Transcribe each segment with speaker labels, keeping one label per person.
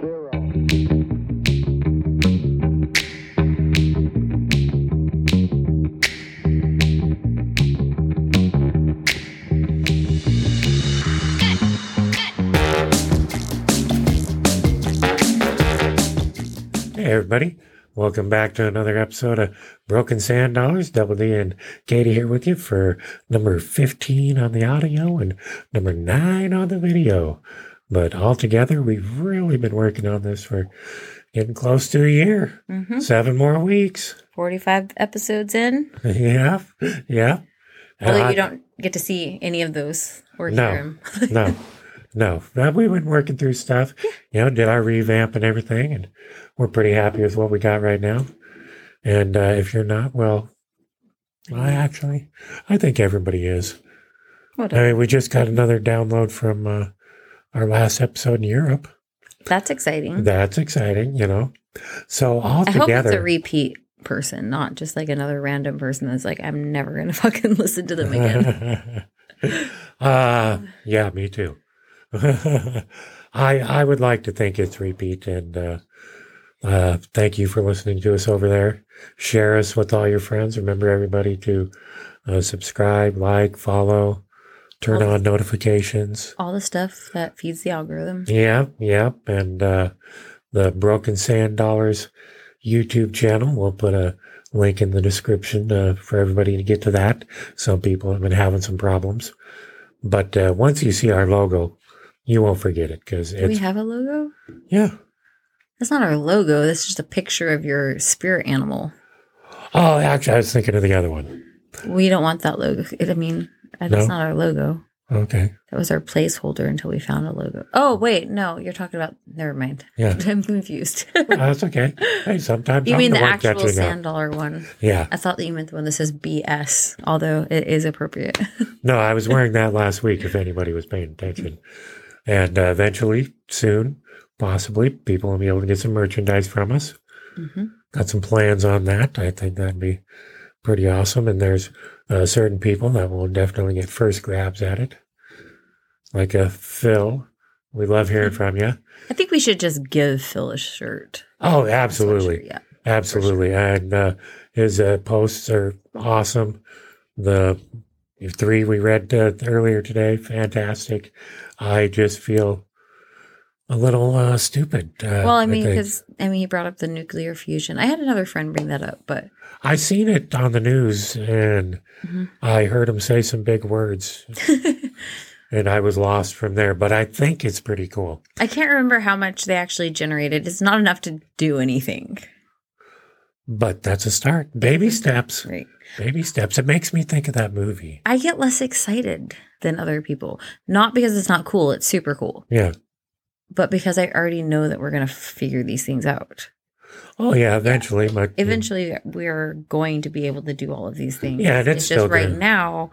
Speaker 1: zero.
Speaker 2: Hey, everybody. Welcome back to another episode of Broken Sand Dollars. Double D and Katie here with you for number 15 on the audio and number 9 on the video. But altogether, we've really been working on this for getting close to a year.
Speaker 3: Mm-hmm.
Speaker 2: Seven more weeks.
Speaker 3: 45 episodes in.
Speaker 2: yeah. Yeah.
Speaker 3: Although
Speaker 2: Uh,
Speaker 3: you don't get to see any of those or
Speaker 2: No.
Speaker 3: hear 'em.
Speaker 2: no, no. Now, we went working through stuff, you know, did our revamp and everything, and we're pretty happy with what we got right now. And uh, if you're not, well, I actually, I think everybody is. I
Speaker 3: Whatever.
Speaker 2: mean, we just got another download from uh, our last episode in Europe.
Speaker 3: That's exciting.
Speaker 2: That's exciting, you know. So all
Speaker 3: Mm-hmm. I hope it's a
Speaker 2: together,
Speaker 3: repeat person, not just like another random person that's like, I'm never going to fucking listen to them again.
Speaker 2: uh, yeah, me too. I I would like to think it's repeat and uh, uh, thank you for listening to us over there. Share us with all your friends. Remember everybody to uh, subscribe, like, follow, turn
Speaker 3: All the-
Speaker 2: on notifications.
Speaker 3: All the stuff that feeds the algorithm.
Speaker 2: Yeah, yeah, and uh, the Broken Sand Dollars YouTube channel. We'll put a link in the description uh, for everybody to get to that. Some people have been having some problems, but uh, once you see our logo, you won't forget it because
Speaker 3: Do we
Speaker 2: it's
Speaker 3: have a logo?
Speaker 2: yeah.
Speaker 3: That's not our logo. That's just a picture of your spirit animal.
Speaker 2: Oh, actually, I was thinking of the other one.
Speaker 3: We don't want that logo. I mean, uh, that's
Speaker 2: No.
Speaker 3: not our logo.
Speaker 2: Okay,
Speaker 3: That was our placeholder until we found a logo. Oh, wait. No, you're talking about. Never mind.
Speaker 2: yeah,
Speaker 3: I'm confused.
Speaker 2: Uh, that's okay. Hey, sometimes
Speaker 3: You
Speaker 2: I'm
Speaker 3: mean the
Speaker 2: one
Speaker 3: actual
Speaker 2: catching up.
Speaker 3: sand dollar one?
Speaker 2: Yeah,
Speaker 3: I thought that you meant the one that says BS, although it is appropriate.
Speaker 2: no, I was wearing that last week. If anybody was paying attention, and uh, eventually, soon, possibly, people will be able to get some merchandise from us.
Speaker 3: hmm
Speaker 2: got some plans on that. I think that'd be pretty awesome. And there's uh, certain people that will definitely get first grabs at it, like a Phil. We love hearing from you.
Speaker 3: I think we should just give Phil a shirt.
Speaker 2: Oh,
Speaker 3: A sweatshirt,
Speaker 2: absolutely,
Speaker 3: Yeah.
Speaker 2: absolutely. And uh, his uh, posts are awesome. The three we read uh, earlier today, fantastic. I just feel a little uh, stupid. Uh,
Speaker 3: Well, I mean,
Speaker 2: think.
Speaker 3: because I mean, he brought up the nuclear fusion. I had another friend bring that up, but
Speaker 2: I seen it on the news and
Speaker 3: Mhm.
Speaker 2: I heard him say some big words and I was lost from there. But I think it's pretty cool.
Speaker 3: I can't remember how much they actually generated. It's not enough to do anything,
Speaker 2: But that's a start. Baby steps.
Speaker 3: right?
Speaker 2: Baby steps. It makes me think of that movie.
Speaker 3: I get less excited than other people, not because it's not cool. It's super cool,
Speaker 2: Yeah.
Speaker 3: but because I already know that we're gonna figure these things out.
Speaker 2: Oh yeah, eventually. My,
Speaker 3: eventually we're going to be able to do all of these things.
Speaker 2: Yeah, and it's
Speaker 3: just
Speaker 2: still
Speaker 3: right
Speaker 2: good.
Speaker 3: now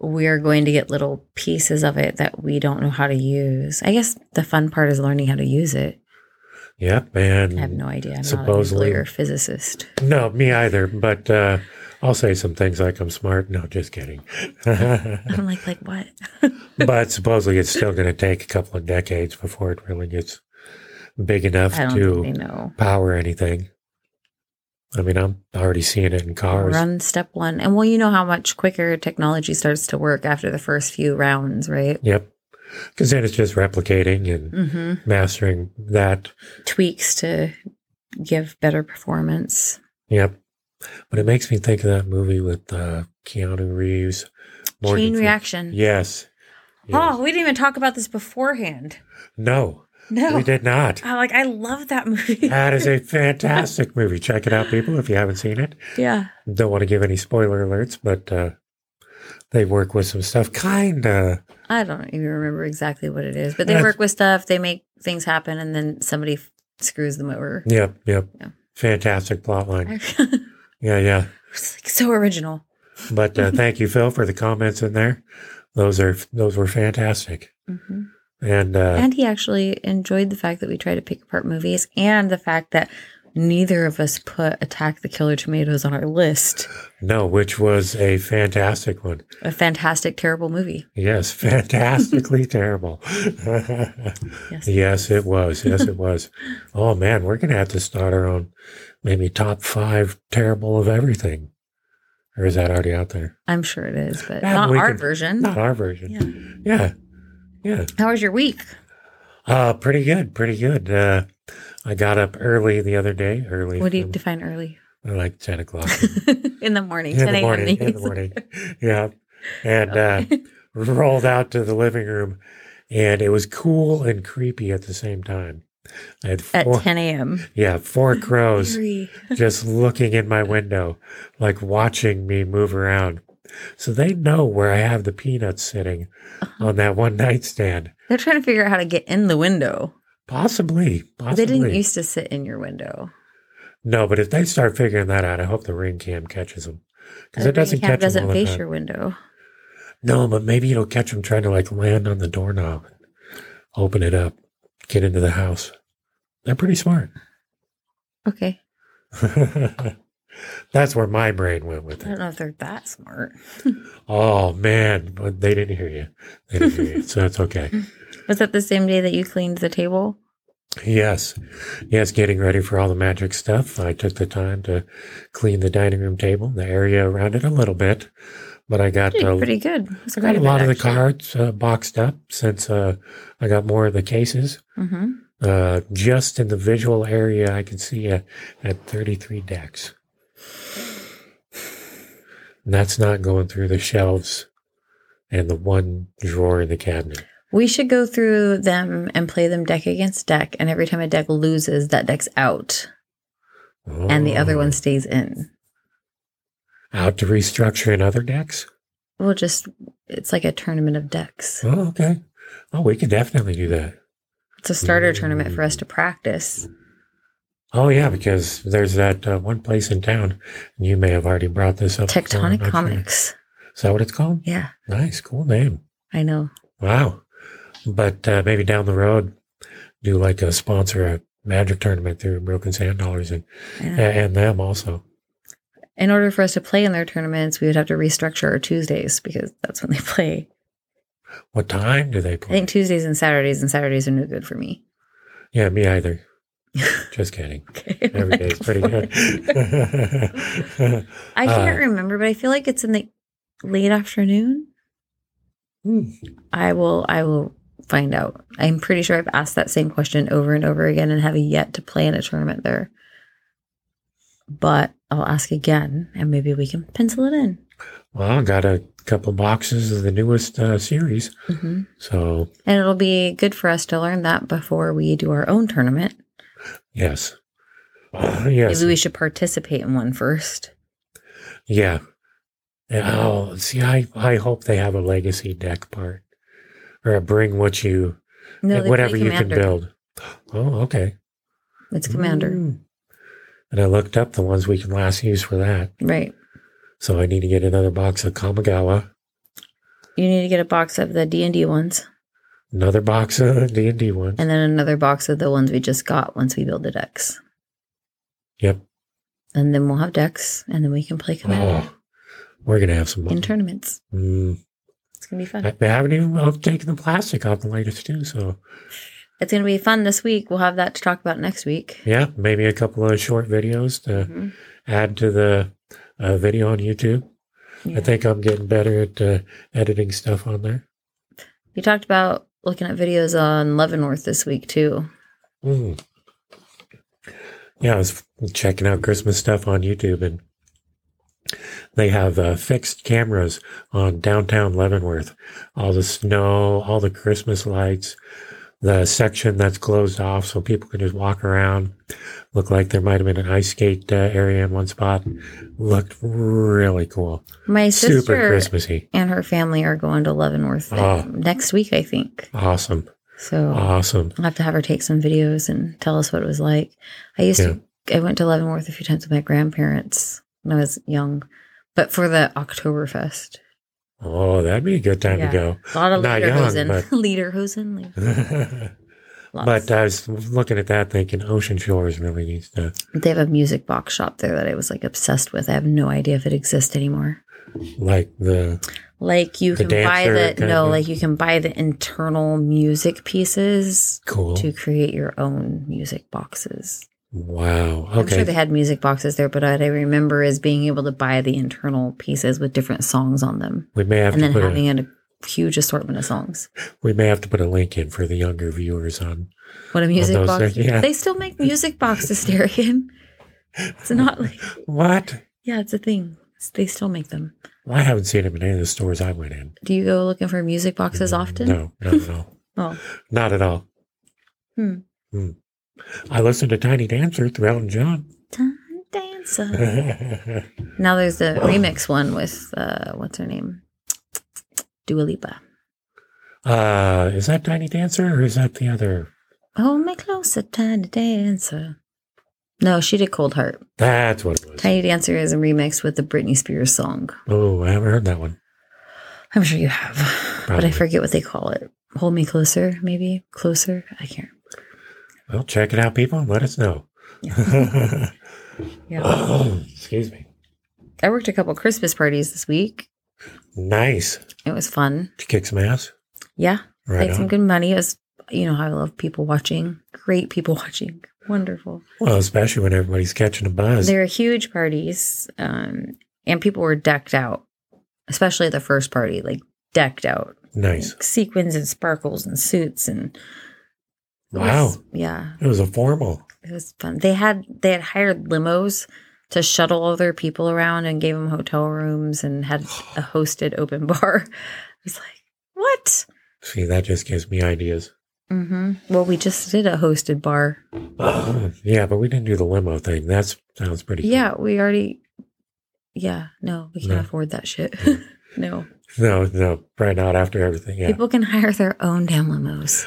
Speaker 3: we're going to get little pieces of it that we don't know how to use. I guess the fun part is learning how to use it.
Speaker 2: Yep.
Speaker 3: I
Speaker 2: And
Speaker 3: have no idea. I'm
Speaker 2: Supposedly-
Speaker 3: not a nuclear physicist.
Speaker 2: No, me either. But uh, I'll say some things like I'm smart. No, just kidding.
Speaker 3: I'm like, like what?
Speaker 2: but supposedly it's still going to take a couple of decades before it really gets big enough
Speaker 3: I don't
Speaker 2: to.
Speaker 3: think they know.
Speaker 2: power anything. I mean, I'm already seeing it in cars.
Speaker 3: Run step one, and well, you know how much quicker technology starts to work after the first few rounds, right?
Speaker 2: Yep. Because then it's just replicating and
Speaker 3: Mm-hmm.
Speaker 2: mastering that.
Speaker 3: Tweaks to give better performance.
Speaker 2: Yep. But it makes me think of that movie with uh, Keanu Reeves. Morgan
Speaker 3: Chain
Speaker 2: Fre-
Speaker 3: reaction.
Speaker 2: Yes. Yes.
Speaker 3: Oh, we didn't even talk about this beforehand.
Speaker 2: No,
Speaker 3: No.
Speaker 2: we did not.
Speaker 3: I like I love that movie.
Speaker 2: That is a fantastic movie. Check it out, people, if you haven't seen it.
Speaker 3: yeah.
Speaker 2: Don't want to give any spoiler alerts, but uh, they work with some stuff. Kind of.
Speaker 3: I don't even remember exactly what it is, but they
Speaker 2: That's-
Speaker 3: work with stuff, they make things happen and then somebody f- screws them over.
Speaker 2: Yep, yep.
Speaker 3: Yeah.
Speaker 2: Fantastic plot line.
Speaker 3: it's
Speaker 2: Yeah, yeah.
Speaker 3: like so original.
Speaker 2: But uh, thank you, Phil, for the comments in there. Those are those were fantastic,
Speaker 3: Mhm.
Speaker 2: and uh,
Speaker 3: And he actually enjoyed the fact that we try to pick apart movies and the fact that neither of us put Attack the Killer Tomatoes on our list.
Speaker 2: No, which was a fantastic one.
Speaker 3: A fantastic, terrible movie.
Speaker 2: Yes, fantastically terrible.
Speaker 3: Yes.
Speaker 2: yes, it was. Yes, it was. oh man, we're gonna have to start our own maybe top five terrible of everything. Or is that already out there?
Speaker 3: I'm sure it is, but
Speaker 2: Yeah,
Speaker 3: not
Speaker 2: we
Speaker 3: our
Speaker 2: could-
Speaker 3: version.
Speaker 2: Not our version.
Speaker 3: Yeah.
Speaker 2: Yeah. Yeah.
Speaker 3: How was your week?
Speaker 2: Uh pretty good, pretty good. Uh I got up early the other day, early
Speaker 3: What do you
Speaker 2: from-
Speaker 3: define early?
Speaker 2: like ten o'clock.
Speaker 3: in the morning,
Speaker 2: in
Speaker 3: 10
Speaker 2: the
Speaker 3: a.m.
Speaker 2: morning. In the
Speaker 3: meetings.
Speaker 2: morning. Yeah. And uh, rolled out to the living room, and it was cool and creepy at the same time. I had
Speaker 3: At
Speaker 2: four,
Speaker 3: 10 a.m.
Speaker 2: yeah, four crows
Speaker 3: Eerie.
Speaker 2: just looking in my window, like watching me move around. So they know where I have the peanuts sitting
Speaker 3: Uh-huh.
Speaker 2: on that one nightstand.
Speaker 3: They're trying to figure out how to get in the window.
Speaker 2: Possibly, possibly.
Speaker 3: They didn't used to sit in your window.
Speaker 2: no, but if they start figuring that out, I hope the ring cam catches them because
Speaker 3: The
Speaker 2: it doesn't
Speaker 3: ring cam
Speaker 2: catch them
Speaker 3: doesn't
Speaker 2: all the
Speaker 3: face
Speaker 2: time.
Speaker 3: your window.
Speaker 2: No, but maybe it'll catch him trying to like land on the doorknob, open it up, get into the house. They're pretty smart.
Speaker 3: Okay.
Speaker 2: That's where my brain went with
Speaker 3: I don't
Speaker 2: it.
Speaker 3: know if they're that smart.
Speaker 2: Oh man, but they didn't hear you. They didn't hear you, so that's okay.
Speaker 3: Was that the same day that you cleaned the table?
Speaker 2: Yes, yes, getting ready for all the magic stuff. I took the time to clean the dining room table, the area around it a little bit, but I got
Speaker 3: You did
Speaker 2: uh,
Speaker 3: pretty good. It was
Speaker 2: I got
Speaker 3: quite
Speaker 2: a lot
Speaker 3: bit,
Speaker 2: of the
Speaker 3: actually.
Speaker 2: cards uh, boxed up since uh, I got more of the cases.
Speaker 3: Mhm.
Speaker 2: uh, just in the visual area, I can see uh, at 33 decks. And that's not going through the shelves and the one drawer in the cabinet.
Speaker 3: We should go through them and play them deck against deck. And every time a deck loses, that deck's out and the other
Speaker 2: Oh.
Speaker 3: one stays in.
Speaker 2: out to restructure in other decks.
Speaker 3: We'll just, it's like a tournament of decks.
Speaker 2: Oh, okay. Oh, we could definitely do that.
Speaker 3: It's a starter tournament for us to practice.
Speaker 2: Oh, yeah, because there's that uh, one place in town, and you may have already brought this up. before, I'm
Speaker 3: Tectonic
Speaker 2: not sure.
Speaker 3: Comics.
Speaker 2: Is that what it's called?
Speaker 3: Yeah,
Speaker 2: Nice, cool name.
Speaker 3: I know.
Speaker 2: Wow. But uh, maybe down the road, do like a sponsor a magic tournament through Broken Sand Dollars and,
Speaker 3: I know.
Speaker 2: and them also.
Speaker 3: In order for us to play in their tournaments, we would have to restructure our Tuesdays because that's when they play.
Speaker 2: What time do they
Speaker 3: I
Speaker 2: play?
Speaker 3: think Tuesdays and Saturdays, and Saturdays are no good for me.
Speaker 2: yeah, me either. Just kidding.
Speaker 3: Okay.
Speaker 2: Every day is pretty good.
Speaker 3: I can't
Speaker 2: Uh,
Speaker 3: remember, but I feel like it's in the late afternoon.
Speaker 2: Hmm.
Speaker 3: I will I will find out. I'm pretty sure I've asked that same question over and over again and have yet to play in a tournament there. But I'll ask again and maybe we can pencil it in.
Speaker 2: well, I got a couple boxes of the newest uh, series.
Speaker 3: hmm
Speaker 2: So,
Speaker 3: And it'll be good for us to learn that before we do our own tournament.
Speaker 2: yes. Uh, yes.
Speaker 3: Maybe we should participate in one first.
Speaker 2: Yeah. Yeah, Oh, see, I, I hope they have a legacy deck part or a bring what you,
Speaker 3: No, they play
Speaker 2: whatever you can
Speaker 3: Commander.
Speaker 2: build. Oh, okay.
Speaker 3: It's commander,
Speaker 2: Mm. And I looked up the ones we can last use for that.
Speaker 3: right?
Speaker 2: So I need to get another box of Kamigawa,
Speaker 3: You need to get a box of the D and D ones,
Speaker 2: another box of D and D ones.
Speaker 3: and then another box of the ones we just got once we build the decks.
Speaker 2: Yep.
Speaker 3: And then we'll have decks, and then we can play commander
Speaker 2: Oh, we're gonna have some.
Speaker 3: in tournaments.
Speaker 2: Mm.
Speaker 3: It's gonna be fun.
Speaker 2: Oh. I, I haven't even I've taken the plastic off the latest too. So
Speaker 3: It's gonna be fun this week. We'll have that to talk about next week.
Speaker 2: yeah, maybe a couple of short videos to
Speaker 3: Mhm.
Speaker 2: add to the uh, video on YouTube.
Speaker 3: Yeah.
Speaker 2: I think I'm getting better at uh, editing stuff on there.
Speaker 3: You talked about looking at videos on Leavenworth this week too.
Speaker 2: Mm. Yeah, I was checking out Christmas stuff on YouTube, and they have uh, fixed cameras on downtown Leavenworth. All the snow, all the Christmas lights, the section that's closed off so people can just walk around. Looked like there might have been an ice skate uh, area in one spot. Looked really cool.
Speaker 3: My sister
Speaker 2: Super Christmassy.
Speaker 3: and her family are going to Leavenworth
Speaker 2: Oh.
Speaker 3: next week, I think.
Speaker 2: Awesome.
Speaker 3: So
Speaker 2: Awesome.
Speaker 3: I'll have to have her take some videos and tell us what it was like. I used to, I went to Leavenworth a few times with my grandparents when I was young, but for the Oktoberfest.
Speaker 2: Oh, that'd be a good time
Speaker 3: Yeah.
Speaker 2: to go.
Speaker 3: A lot of
Speaker 2: Not
Speaker 3: Lederhosen.
Speaker 2: young,
Speaker 3: Lederhosen. like-
Speaker 2: I
Speaker 3: Lots.
Speaker 2: But uh, I was looking at that thinking Ocean Shores really needs to.
Speaker 3: they have a music box shop there that I was like obsessed with. I have no idea if it exists anymore.
Speaker 2: Like the.
Speaker 3: Like you
Speaker 2: The
Speaker 3: can buy
Speaker 2: dancer
Speaker 3: the
Speaker 2: kind
Speaker 3: no,
Speaker 2: of-
Speaker 3: like you can buy the internal music pieces
Speaker 2: Cool.
Speaker 3: to create your own music boxes.
Speaker 2: Wow.
Speaker 3: I'm sure
Speaker 2: Okay.
Speaker 3: they had music boxes there, but what I remember is being able to buy the internal pieces with different songs on them,
Speaker 2: we may have
Speaker 3: and
Speaker 2: to
Speaker 3: then
Speaker 2: put
Speaker 3: having
Speaker 2: a,
Speaker 3: a huge assortment of songs.
Speaker 2: we may have to put a link in for the younger viewers on.
Speaker 3: What a music
Speaker 2: those
Speaker 3: box!
Speaker 2: things, yeah.
Speaker 3: They still make music boxes, Darian. It's not like
Speaker 2: What?
Speaker 3: yeah, it's a thing. It's- they still make them.
Speaker 2: Well, I haven't seen him in any of the stores I went in.
Speaker 3: Do you go looking for music boxes often?
Speaker 2: No, not at all.
Speaker 3: Oh,
Speaker 2: Not at all.
Speaker 3: Hmm.
Speaker 2: Hmm. I listened to Tiny Dancer through Elton John.
Speaker 3: Time Dancer. Hmm.
Speaker 2: yeah,
Speaker 3: now there's the
Speaker 2: Oh.
Speaker 3: remix one with uh, what's her name, Dua Lipa.
Speaker 2: uh, is that Tiny Dancer or is that the other?
Speaker 3: Hold me Oh, closer, Tiny Dancer. No, she did Cold Heart.
Speaker 2: That's what it was.
Speaker 3: Tiny Dancer is a remix with the Britney Spears song.
Speaker 2: Oh, I haven't heard that one.
Speaker 3: I'm sure you have, but I
Speaker 2: Probably.
Speaker 3: forget what they call it. Hold me closer, maybe closer. I can't.
Speaker 2: Well, check it out, people, and let us know.
Speaker 3: Yeah,
Speaker 2: Excuse me.
Speaker 3: I worked a couple Christmas parties this week.
Speaker 2: Nice. Did
Speaker 3: It was fun.
Speaker 2: you kick some ass?
Speaker 3: Yeah,
Speaker 2: Right
Speaker 3: made some
Speaker 2: on.
Speaker 3: good money. It was, you know, how I love people watching. Great people watching. Wonderful.
Speaker 2: Well, especially when everybody's catching a buzz.
Speaker 3: There were huge parties, um, and people were decked out, especially at the first party, like decked out,
Speaker 2: nice.
Speaker 3: sequins and sparkles and suits and. it was-
Speaker 2: Wow.
Speaker 3: yeah,
Speaker 2: It was a formal.
Speaker 3: it was fun. They had they had hired limos to shuttle other people around and gave them hotel rooms and had a hosted open bar. I was like, what?
Speaker 2: See, that just gives me ideas. Mm-hmm.
Speaker 3: hmm Well, we just did a hosted bar
Speaker 2: yeah, but we didn't do the limo thing. That sounds pretty cool.
Speaker 3: Yeah, we already. Yeah, no, we can't
Speaker 2: No.
Speaker 3: afford that shit. no,
Speaker 2: No, no, right out after everything. Yeah.
Speaker 3: people can hire their own damn limos.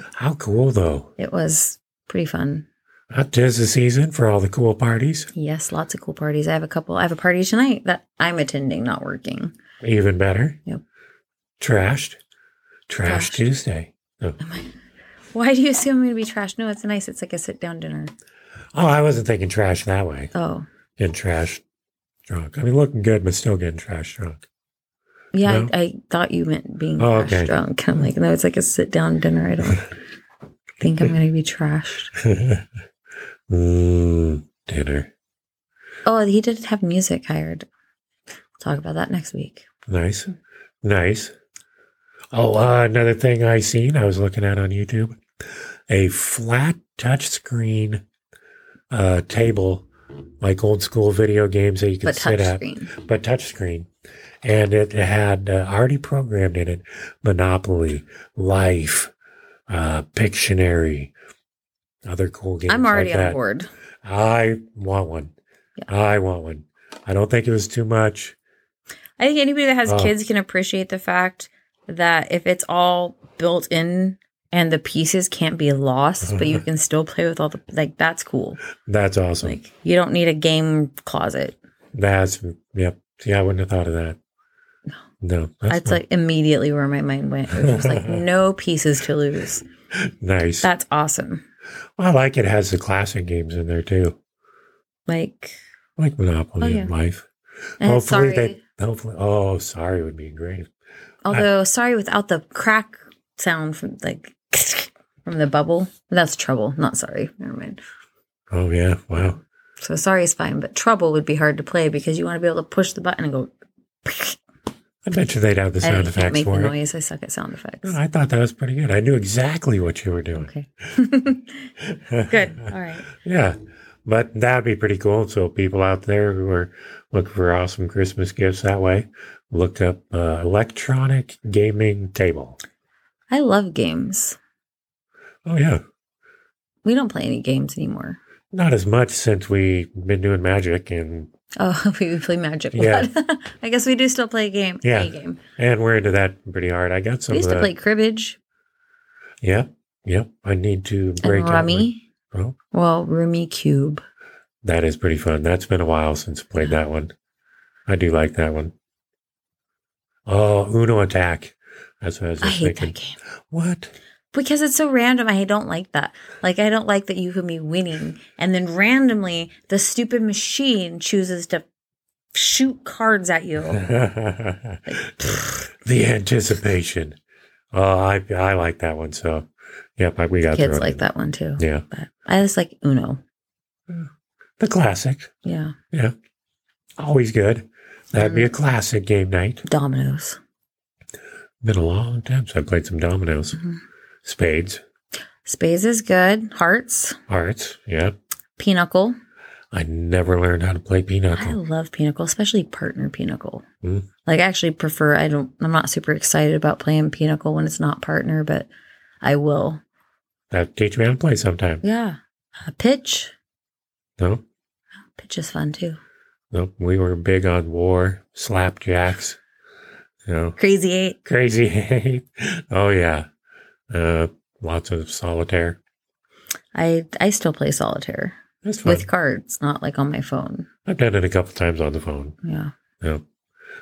Speaker 2: How cool, though.
Speaker 3: It was pretty fun.
Speaker 2: That tis the season for all the cool parties.
Speaker 3: Yes, lots of cool parties. I have a couple. I have a party tonight that I'm attending, not working.
Speaker 2: Even better.
Speaker 3: Yep.
Speaker 2: Trashed. Trash
Speaker 3: Trashed.
Speaker 2: Tuesday. Oh.
Speaker 3: Why do you assume I'm going to be trashed? No, it's nice. It's like a sit down dinner.
Speaker 2: oh, I wasn't thinking trash that way.
Speaker 3: Oh,
Speaker 2: Getting trash drunk. I mean, looking good, but still getting trash drunk.
Speaker 3: yeah.
Speaker 2: No?
Speaker 3: I, I thought you meant being
Speaker 2: Oh,
Speaker 3: trash
Speaker 2: okay.
Speaker 3: drunk. I'm like, no, it's like a sit down dinner. I don't think I'm going to be trashed.
Speaker 2: mm, dinner.
Speaker 3: Oh, he did have music hired. We'll talk about that next week.
Speaker 2: Nice. Nice. Oh, uh, another thing I seen, I was looking at on YouTube, a flat touch screen uh, table, like old school video games that you can
Speaker 3: But
Speaker 2: sit at,
Speaker 3: touchscreen.
Speaker 2: but touch screen. And it had uh, already programmed in it Monopoly, Life, uh, Pictionary, other cool games.
Speaker 3: I'm already
Speaker 2: like
Speaker 3: on
Speaker 2: that.
Speaker 3: board.
Speaker 2: I want one. I want one. I don't think it was too much.
Speaker 3: I think anybody that has
Speaker 2: Oh.
Speaker 3: kids can appreciate the fact that if it's all built in and the pieces can't be lost, but you can still play with all the like that's cool.
Speaker 2: That's awesome.
Speaker 3: Like you don't need a game closet.
Speaker 2: That's yep. See, I wouldn't have thought of that. No, that's
Speaker 3: That's like immediately where my mind went. It was just like no pieces to lose.
Speaker 2: nice.
Speaker 3: That's awesome.
Speaker 2: I like it. Has the classic games in there too,
Speaker 3: Like
Speaker 2: like Monopoly
Speaker 3: Oh, yeah.
Speaker 2: and Life.
Speaker 3: and
Speaker 2: hopefully
Speaker 3: sorry.
Speaker 2: they. Hopefully, oh, sorry would be great.
Speaker 3: although sorry without the crack sound from like from the bubble. That's trouble, not sorry. Never mind.
Speaker 2: Oh yeah, wow.
Speaker 3: So sorry is fine, but trouble would be hard to play because you want to be able to push the button and go.
Speaker 2: I bet you they'd have the
Speaker 3: I
Speaker 2: sound
Speaker 3: can't
Speaker 2: effects
Speaker 3: make the
Speaker 2: for it.
Speaker 3: noise. I suck at sound effects.
Speaker 2: No, I thought that was pretty good. I knew exactly what you were doing.
Speaker 3: okay. Good. All right.
Speaker 2: Yeah. But that'd be pretty cool. So people out there who are looking for awesome Christmas gifts that way, look up uh, electronic gaming table.
Speaker 3: I love games.
Speaker 2: Oh yeah.
Speaker 3: We don't play any games anymore.
Speaker 2: Not as much since we've been doing magic and
Speaker 3: Oh, we play Magic.
Speaker 2: Yeah.
Speaker 3: What? I guess we do still play a game.
Speaker 2: Yeah.
Speaker 3: A game.
Speaker 2: and we're into that pretty hard. I got some.
Speaker 3: we used
Speaker 2: of
Speaker 3: to
Speaker 2: the-
Speaker 3: play cribbage
Speaker 2: Yep, yep. I need to break
Speaker 3: and
Speaker 2: out my-
Speaker 3: rummy.
Speaker 2: Oh,
Speaker 3: Well, rummy cube.
Speaker 2: that is pretty fun. That's been a while since I played that one. I do like that one. Oh, Uno Attack. That's what I was
Speaker 3: I
Speaker 2: just
Speaker 3: hate
Speaker 2: thinking.
Speaker 3: that game.
Speaker 2: What?
Speaker 3: Because it's so random, I don't like that. Like, I don't like that you could be winning. And then randomly, the stupid machine chooses to shoot cards at you.
Speaker 2: the anticipation. Oh, I I like that one. So, yep, I- we got
Speaker 3: Kids
Speaker 2: thrown
Speaker 3: like
Speaker 2: in.
Speaker 3: that one too.
Speaker 2: Yeah,
Speaker 3: But I just like Uno.
Speaker 2: the classic.
Speaker 3: Yeah.
Speaker 2: Yeah, always good. That'd be a
Speaker 3: Mm-hmm.
Speaker 2: classic game night.
Speaker 3: Dominoes.
Speaker 2: Been a long time since I played some dominoes,
Speaker 3: Mhm.
Speaker 2: spades,
Speaker 3: Spades is good. Hearts.
Speaker 2: hearts. Yeah,
Speaker 3: Pinochle.
Speaker 2: I never learned how to play
Speaker 3: I
Speaker 2: pinochle.
Speaker 3: love Pinnacle, especially partner Pinnacle.
Speaker 2: Mm.
Speaker 3: Like I actually prefer I don't I'm not super excited about playing Pinnacle when it's not partner, but I will.
Speaker 2: That teach me how to play sometime.
Speaker 3: Yeah. Uh, pitch.
Speaker 2: No,
Speaker 3: Pitch is fun too.
Speaker 2: no, we were big on war, slapjacks. You know,
Speaker 3: Crazy eight.
Speaker 2: crazy hate. Oh yeah, uh, lots of solitaire.
Speaker 3: I I still play solitaire
Speaker 2: That's fun.
Speaker 3: with cards, not like on my phone.
Speaker 2: I've done it a couple times on the phone.
Speaker 3: Yeah.
Speaker 2: Yeah.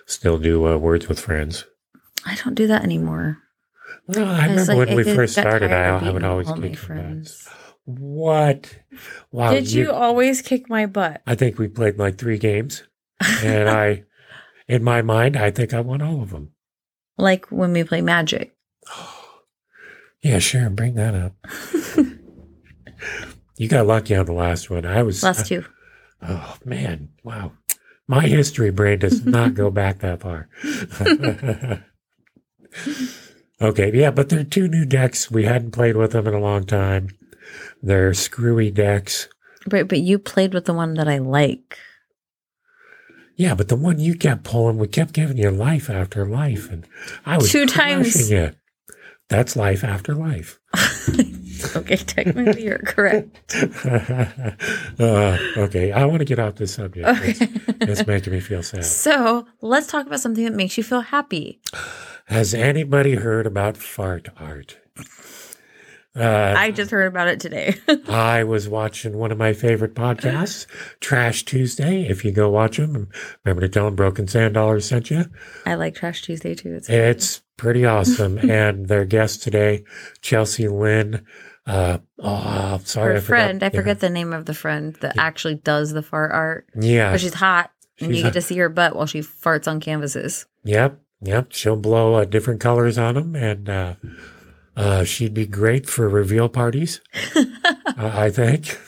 Speaker 2: Still do uh, words with friends.
Speaker 3: I don't do that anymore.
Speaker 2: Well, I
Speaker 3: was
Speaker 2: remember
Speaker 3: like,
Speaker 2: when
Speaker 3: I
Speaker 2: we
Speaker 3: get-
Speaker 2: first
Speaker 3: got
Speaker 2: started,
Speaker 3: tired
Speaker 2: I,
Speaker 3: of
Speaker 2: I would
Speaker 3: beating
Speaker 2: always
Speaker 3: all my
Speaker 2: kick your butt.
Speaker 3: friends.
Speaker 2: What? Wow,
Speaker 3: Did you always kick my butt?
Speaker 2: I think we played like three games, and I, in my mind, I think I won all of them.
Speaker 3: Like when we play magic.
Speaker 2: Yeah, sure. Bring that up. you got lucky on the last one. I was
Speaker 3: Last two.
Speaker 2: Oh man, wow. My history brain does not go back that far. okay, yeah, but they're two new decks. We hadn't played with them in a long time. They're screwy decks.
Speaker 3: But but you played with the one that I like.
Speaker 2: Yeah, but the one you kept pulling, we kept giving you life after life, and I was
Speaker 3: Two times.
Speaker 2: crushing You. That's life after life.
Speaker 3: Okay, technically you're correct.
Speaker 2: Uh, okay, I want to get off this subject.
Speaker 3: Okay.
Speaker 2: It's, it's making me feel sad.
Speaker 3: So let's talk about something that makes you feel happy.
Speaker 2: Has anybody heard about fart art? Uh,
Speaker 3: I just heard about it today.
Speaker 2: I was watching one of my favorite podcasts, Trash Tuesday. If you go watch them, remember to tell them Broken Sand Dollars sent you.
Speaker 3: I like Trash Tuesday too. It's
Speaker 2: It's pretty awesome. and their guest today, Chelsea Lynn. Uh, oh, sorry,
Speaker 3: her
Speaker 2: I forgot-
Speaker 3: friend. I
Speaker 2: yeah.
Speaker 3: forget the name of the friend that actually does the fart art,
Speaker 2: Yeah.
Speaker 3: but she's hot. And
Speaker 2: She's
Speaker 3: you
Speaker 2: hot.
Speaker 3: get to see her butt while she farts on canvases.
Speaker 2: Yep, yep. She'll blow uh, different colors on them, and uh, uh, she'd be great for reveal parties. I I think.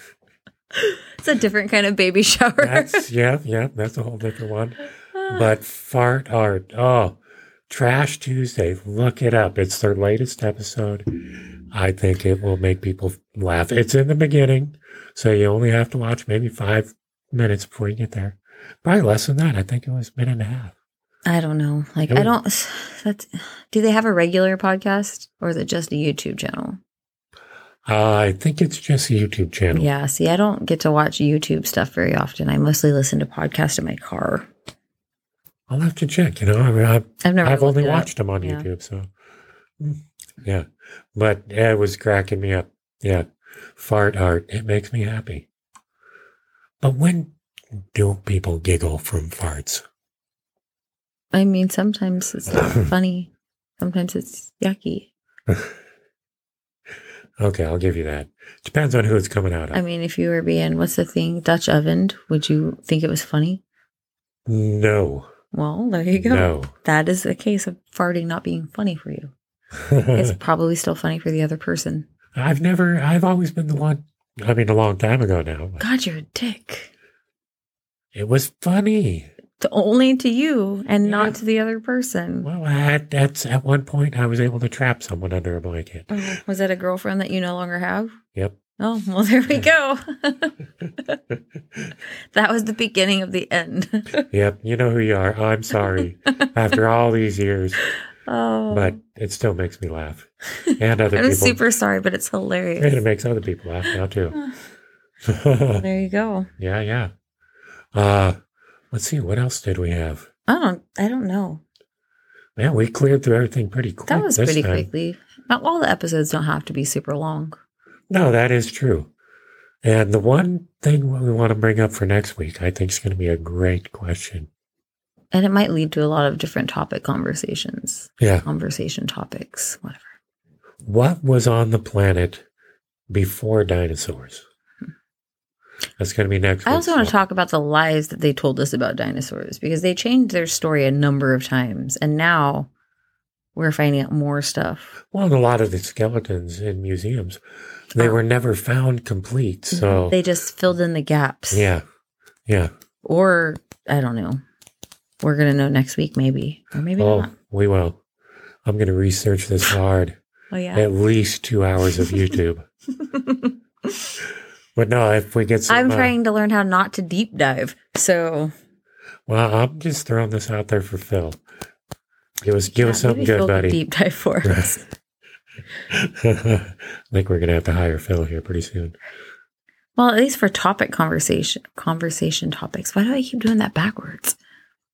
Speaker 3: It's a different kind of baby shower. Ah.
Speaker 2: That's yeah, yeah. That's a whole different one. But fart art. Oh, Trash Tuesday. Look it up. It's their latest episode. I think it will make people laugh. It's in the beginning, so you only have to watch maybe five minutes before you get there. Probably less than that. I think it was a minute and a half.
Speaker 3: I don't know. Like I
Speaker 2: Yeah.
Speaker 3: don't. That's. Do they have a regular podcast or is it just a YouTube channel?
Speaker 2: Uh, I think it's just a YouTube channel.
Speaker 3: Yeah. See, I don't get to watch YouTube stuff very often. I mostly listen to podcasts in my car.
Speaker 2: I'll have to check. You know, I mean, I've,
Speaker 3: I've never.
Speaker 2: I've
Speaker 3: looked
Speaker 2: only
Speaker 3: it up.
Speaker 2: watched them on
Speaker 3: Yeah.
Speaker 2: YouTube, so mm, yeah. But yeah, it was cracking me up. Yeah, fart art. It makes me happy. But when do people giggle from farts?
Speaker 3: I mean, sometimes it's funny, sometimes it's yucky.
Speaker 2: Okay, I'll give you that. Depends on who it's coming out of.
Speaker 3: I mean, if you were being what's the thing Dutch ovened, would you think it was funny?
Speaker 2: no,
Speaker 3: Well, there you go.
Speaker 2: no.
Speaker 3: That is the case of farting not being funny for you. It's probably still funny for the other person.
Speaker 2: I've never. I've always been the one. I mean, a long time ago now. but
Speaker 3: God, you're a dick.
Speaker 2: It was funny.
Speaker 3: To only to you and
Speaker 2: Yeah.
Speaker 3: not to the other person.
Speaker 2: Well, at that's at one point I was able to trap someone under a blanket.
Speaker 3: Oh, was that a girlfriend that you no longer have?
Speaker 2: Yep.
Speaker 3: Oh, well, there we go. that was the beginning of the end.
Speaker 2: Yep, you know who you are. I'm sorry. After all these years,
Speaker 3: oh,
Speaker 2: but it still makes me laugh, and other
Speaker 3: I'm
Speaker 2: people.
Speaker 3: super sorry, but it's hilarious.
Speaker 2: and it makes other people laugh now too.
Speaker 3: There you go.
Speaker 2: yeah, yeah. Uh, let's see. What else did we have?
Speaker 3: I don't. I don't know.
Speaker 2: Man, we cleared through everything pretty quick.
Speaker 3: That was
Speaker 2: this
Speaker 3: pretty
Speaker 2: time.
Speaker 3: quickly. Not all the episodes don't have to be super long.
Speaker 2: No, that is true. And the one thing we want to bring up for next week, I think, is going to be a great question.
Speaker 3: And it might lead to a lot of different topic conversations,
Speaker 2: Yeah.
Speaker 3: conversation topics, whatever.
Speaker 2: What was on the planet before dinosaurs? That's going to be next.
Speaker 3: Hmm. I also want
Speaker 2: to
Speaker 3: to talk about the lies that they told us about dinosaurs because they changed their story a number of times, and now we're finding out more stuff.
Speaker 2: Well, a lot of the skeletons in museums, they
Speaker 3: Oh.
Speaker 2: were never found complete. So,
Speaker 3: They just filled in the gaps.
Speaker 2: yeah, yeah.
Speaker 3: Or I don't know. We're gonna know next week, maybe, or maybe
Speaker 2: oh,
Speaker 3: not.
Speaker 2: we will. I'm going to research this hard.
Speaker 3: Oh yeah.
Speaker 2: At least two hours of YouTube. but no, if we get some,
Speaker 3: I'm
Speaker 2: uh,
Speaker 3: trying to learn how not to deep dive. So
Speaker 2: well, I'm just throwing this out there for Phil. Give us, give
Speaker 3: yeah,
Speaker 2: us something
Speaker 3: maybe
Speaker 2: good,
Speaker 3: Phil can
Speaker 2: buddy.
Speaker 3: Deep dive for us.
Speaker 2: I think we're gonna have to hire Phil here pretty soon.
Speaker 3: Well, at least for topic conversation conversation topics. Why do I keep doing that backwards?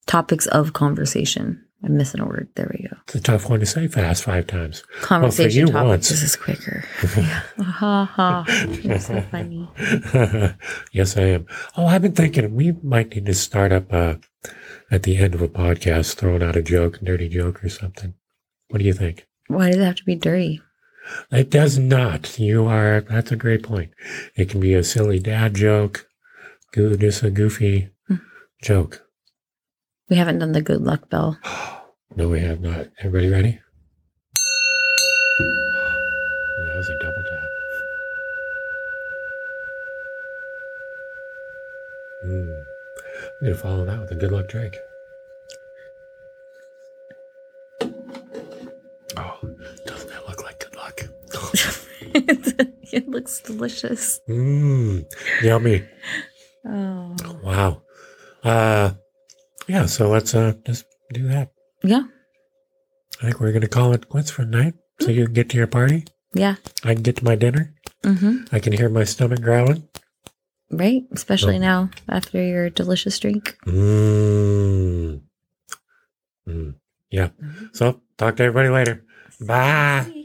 Speaker 3: Topics of conversation. I'm missing a word. There we go.
Speaker 2: It's a tough one to say fast five times.
Speaker 3: Conversation
Speaker 2: you,
Speaker 3: topics.
Speaker 2: once.
Speaker 3: This is quicker. yeah. Ha ha. You're so funny.
Speaker 2: yes, I am. Oh, I've been thinking we might need to start up uh, at the end of a podcast, throwing out a joke, a dirty joke or something. What do you think?
Speaker 3: Why does it have to be dirty?
Speaker 2: It does not. You are. That's a great point. It can be a silly dad joke, goo- just a goofy joke.
Speaker 3: We haven't done the good luck bell.
Speaker 2: No, we have not. Everybody ready? That was a double tap. Mm. I'm gonna follow that with a good luck drink. Oh, doesn't that look like good luck?
Speaker 3: it looks delicious.
Speaker 2: Mmm, yummy.
Speaker 3: Oh.
Speaker 2: Wow. Uh, yeah, so let's uh, just do that.
Speaker 3: Yeah.
Speaker 2: I think we're gonna call it quits for tonight, so you can get to your party.
Speaker 3: Yeah.
Speaker 2: I can get to my dinner.
Speaker 3: Mm-hmm.
Speaker 2: I can hear my stomach growling.
Speaker 3: Right? Especially
Speaker 2: Oh.
Speaker 3: now after your delicious drink.
Speaker 2: Mm. Mmm. Mm. Yeah. So talk to everybody later. Bye.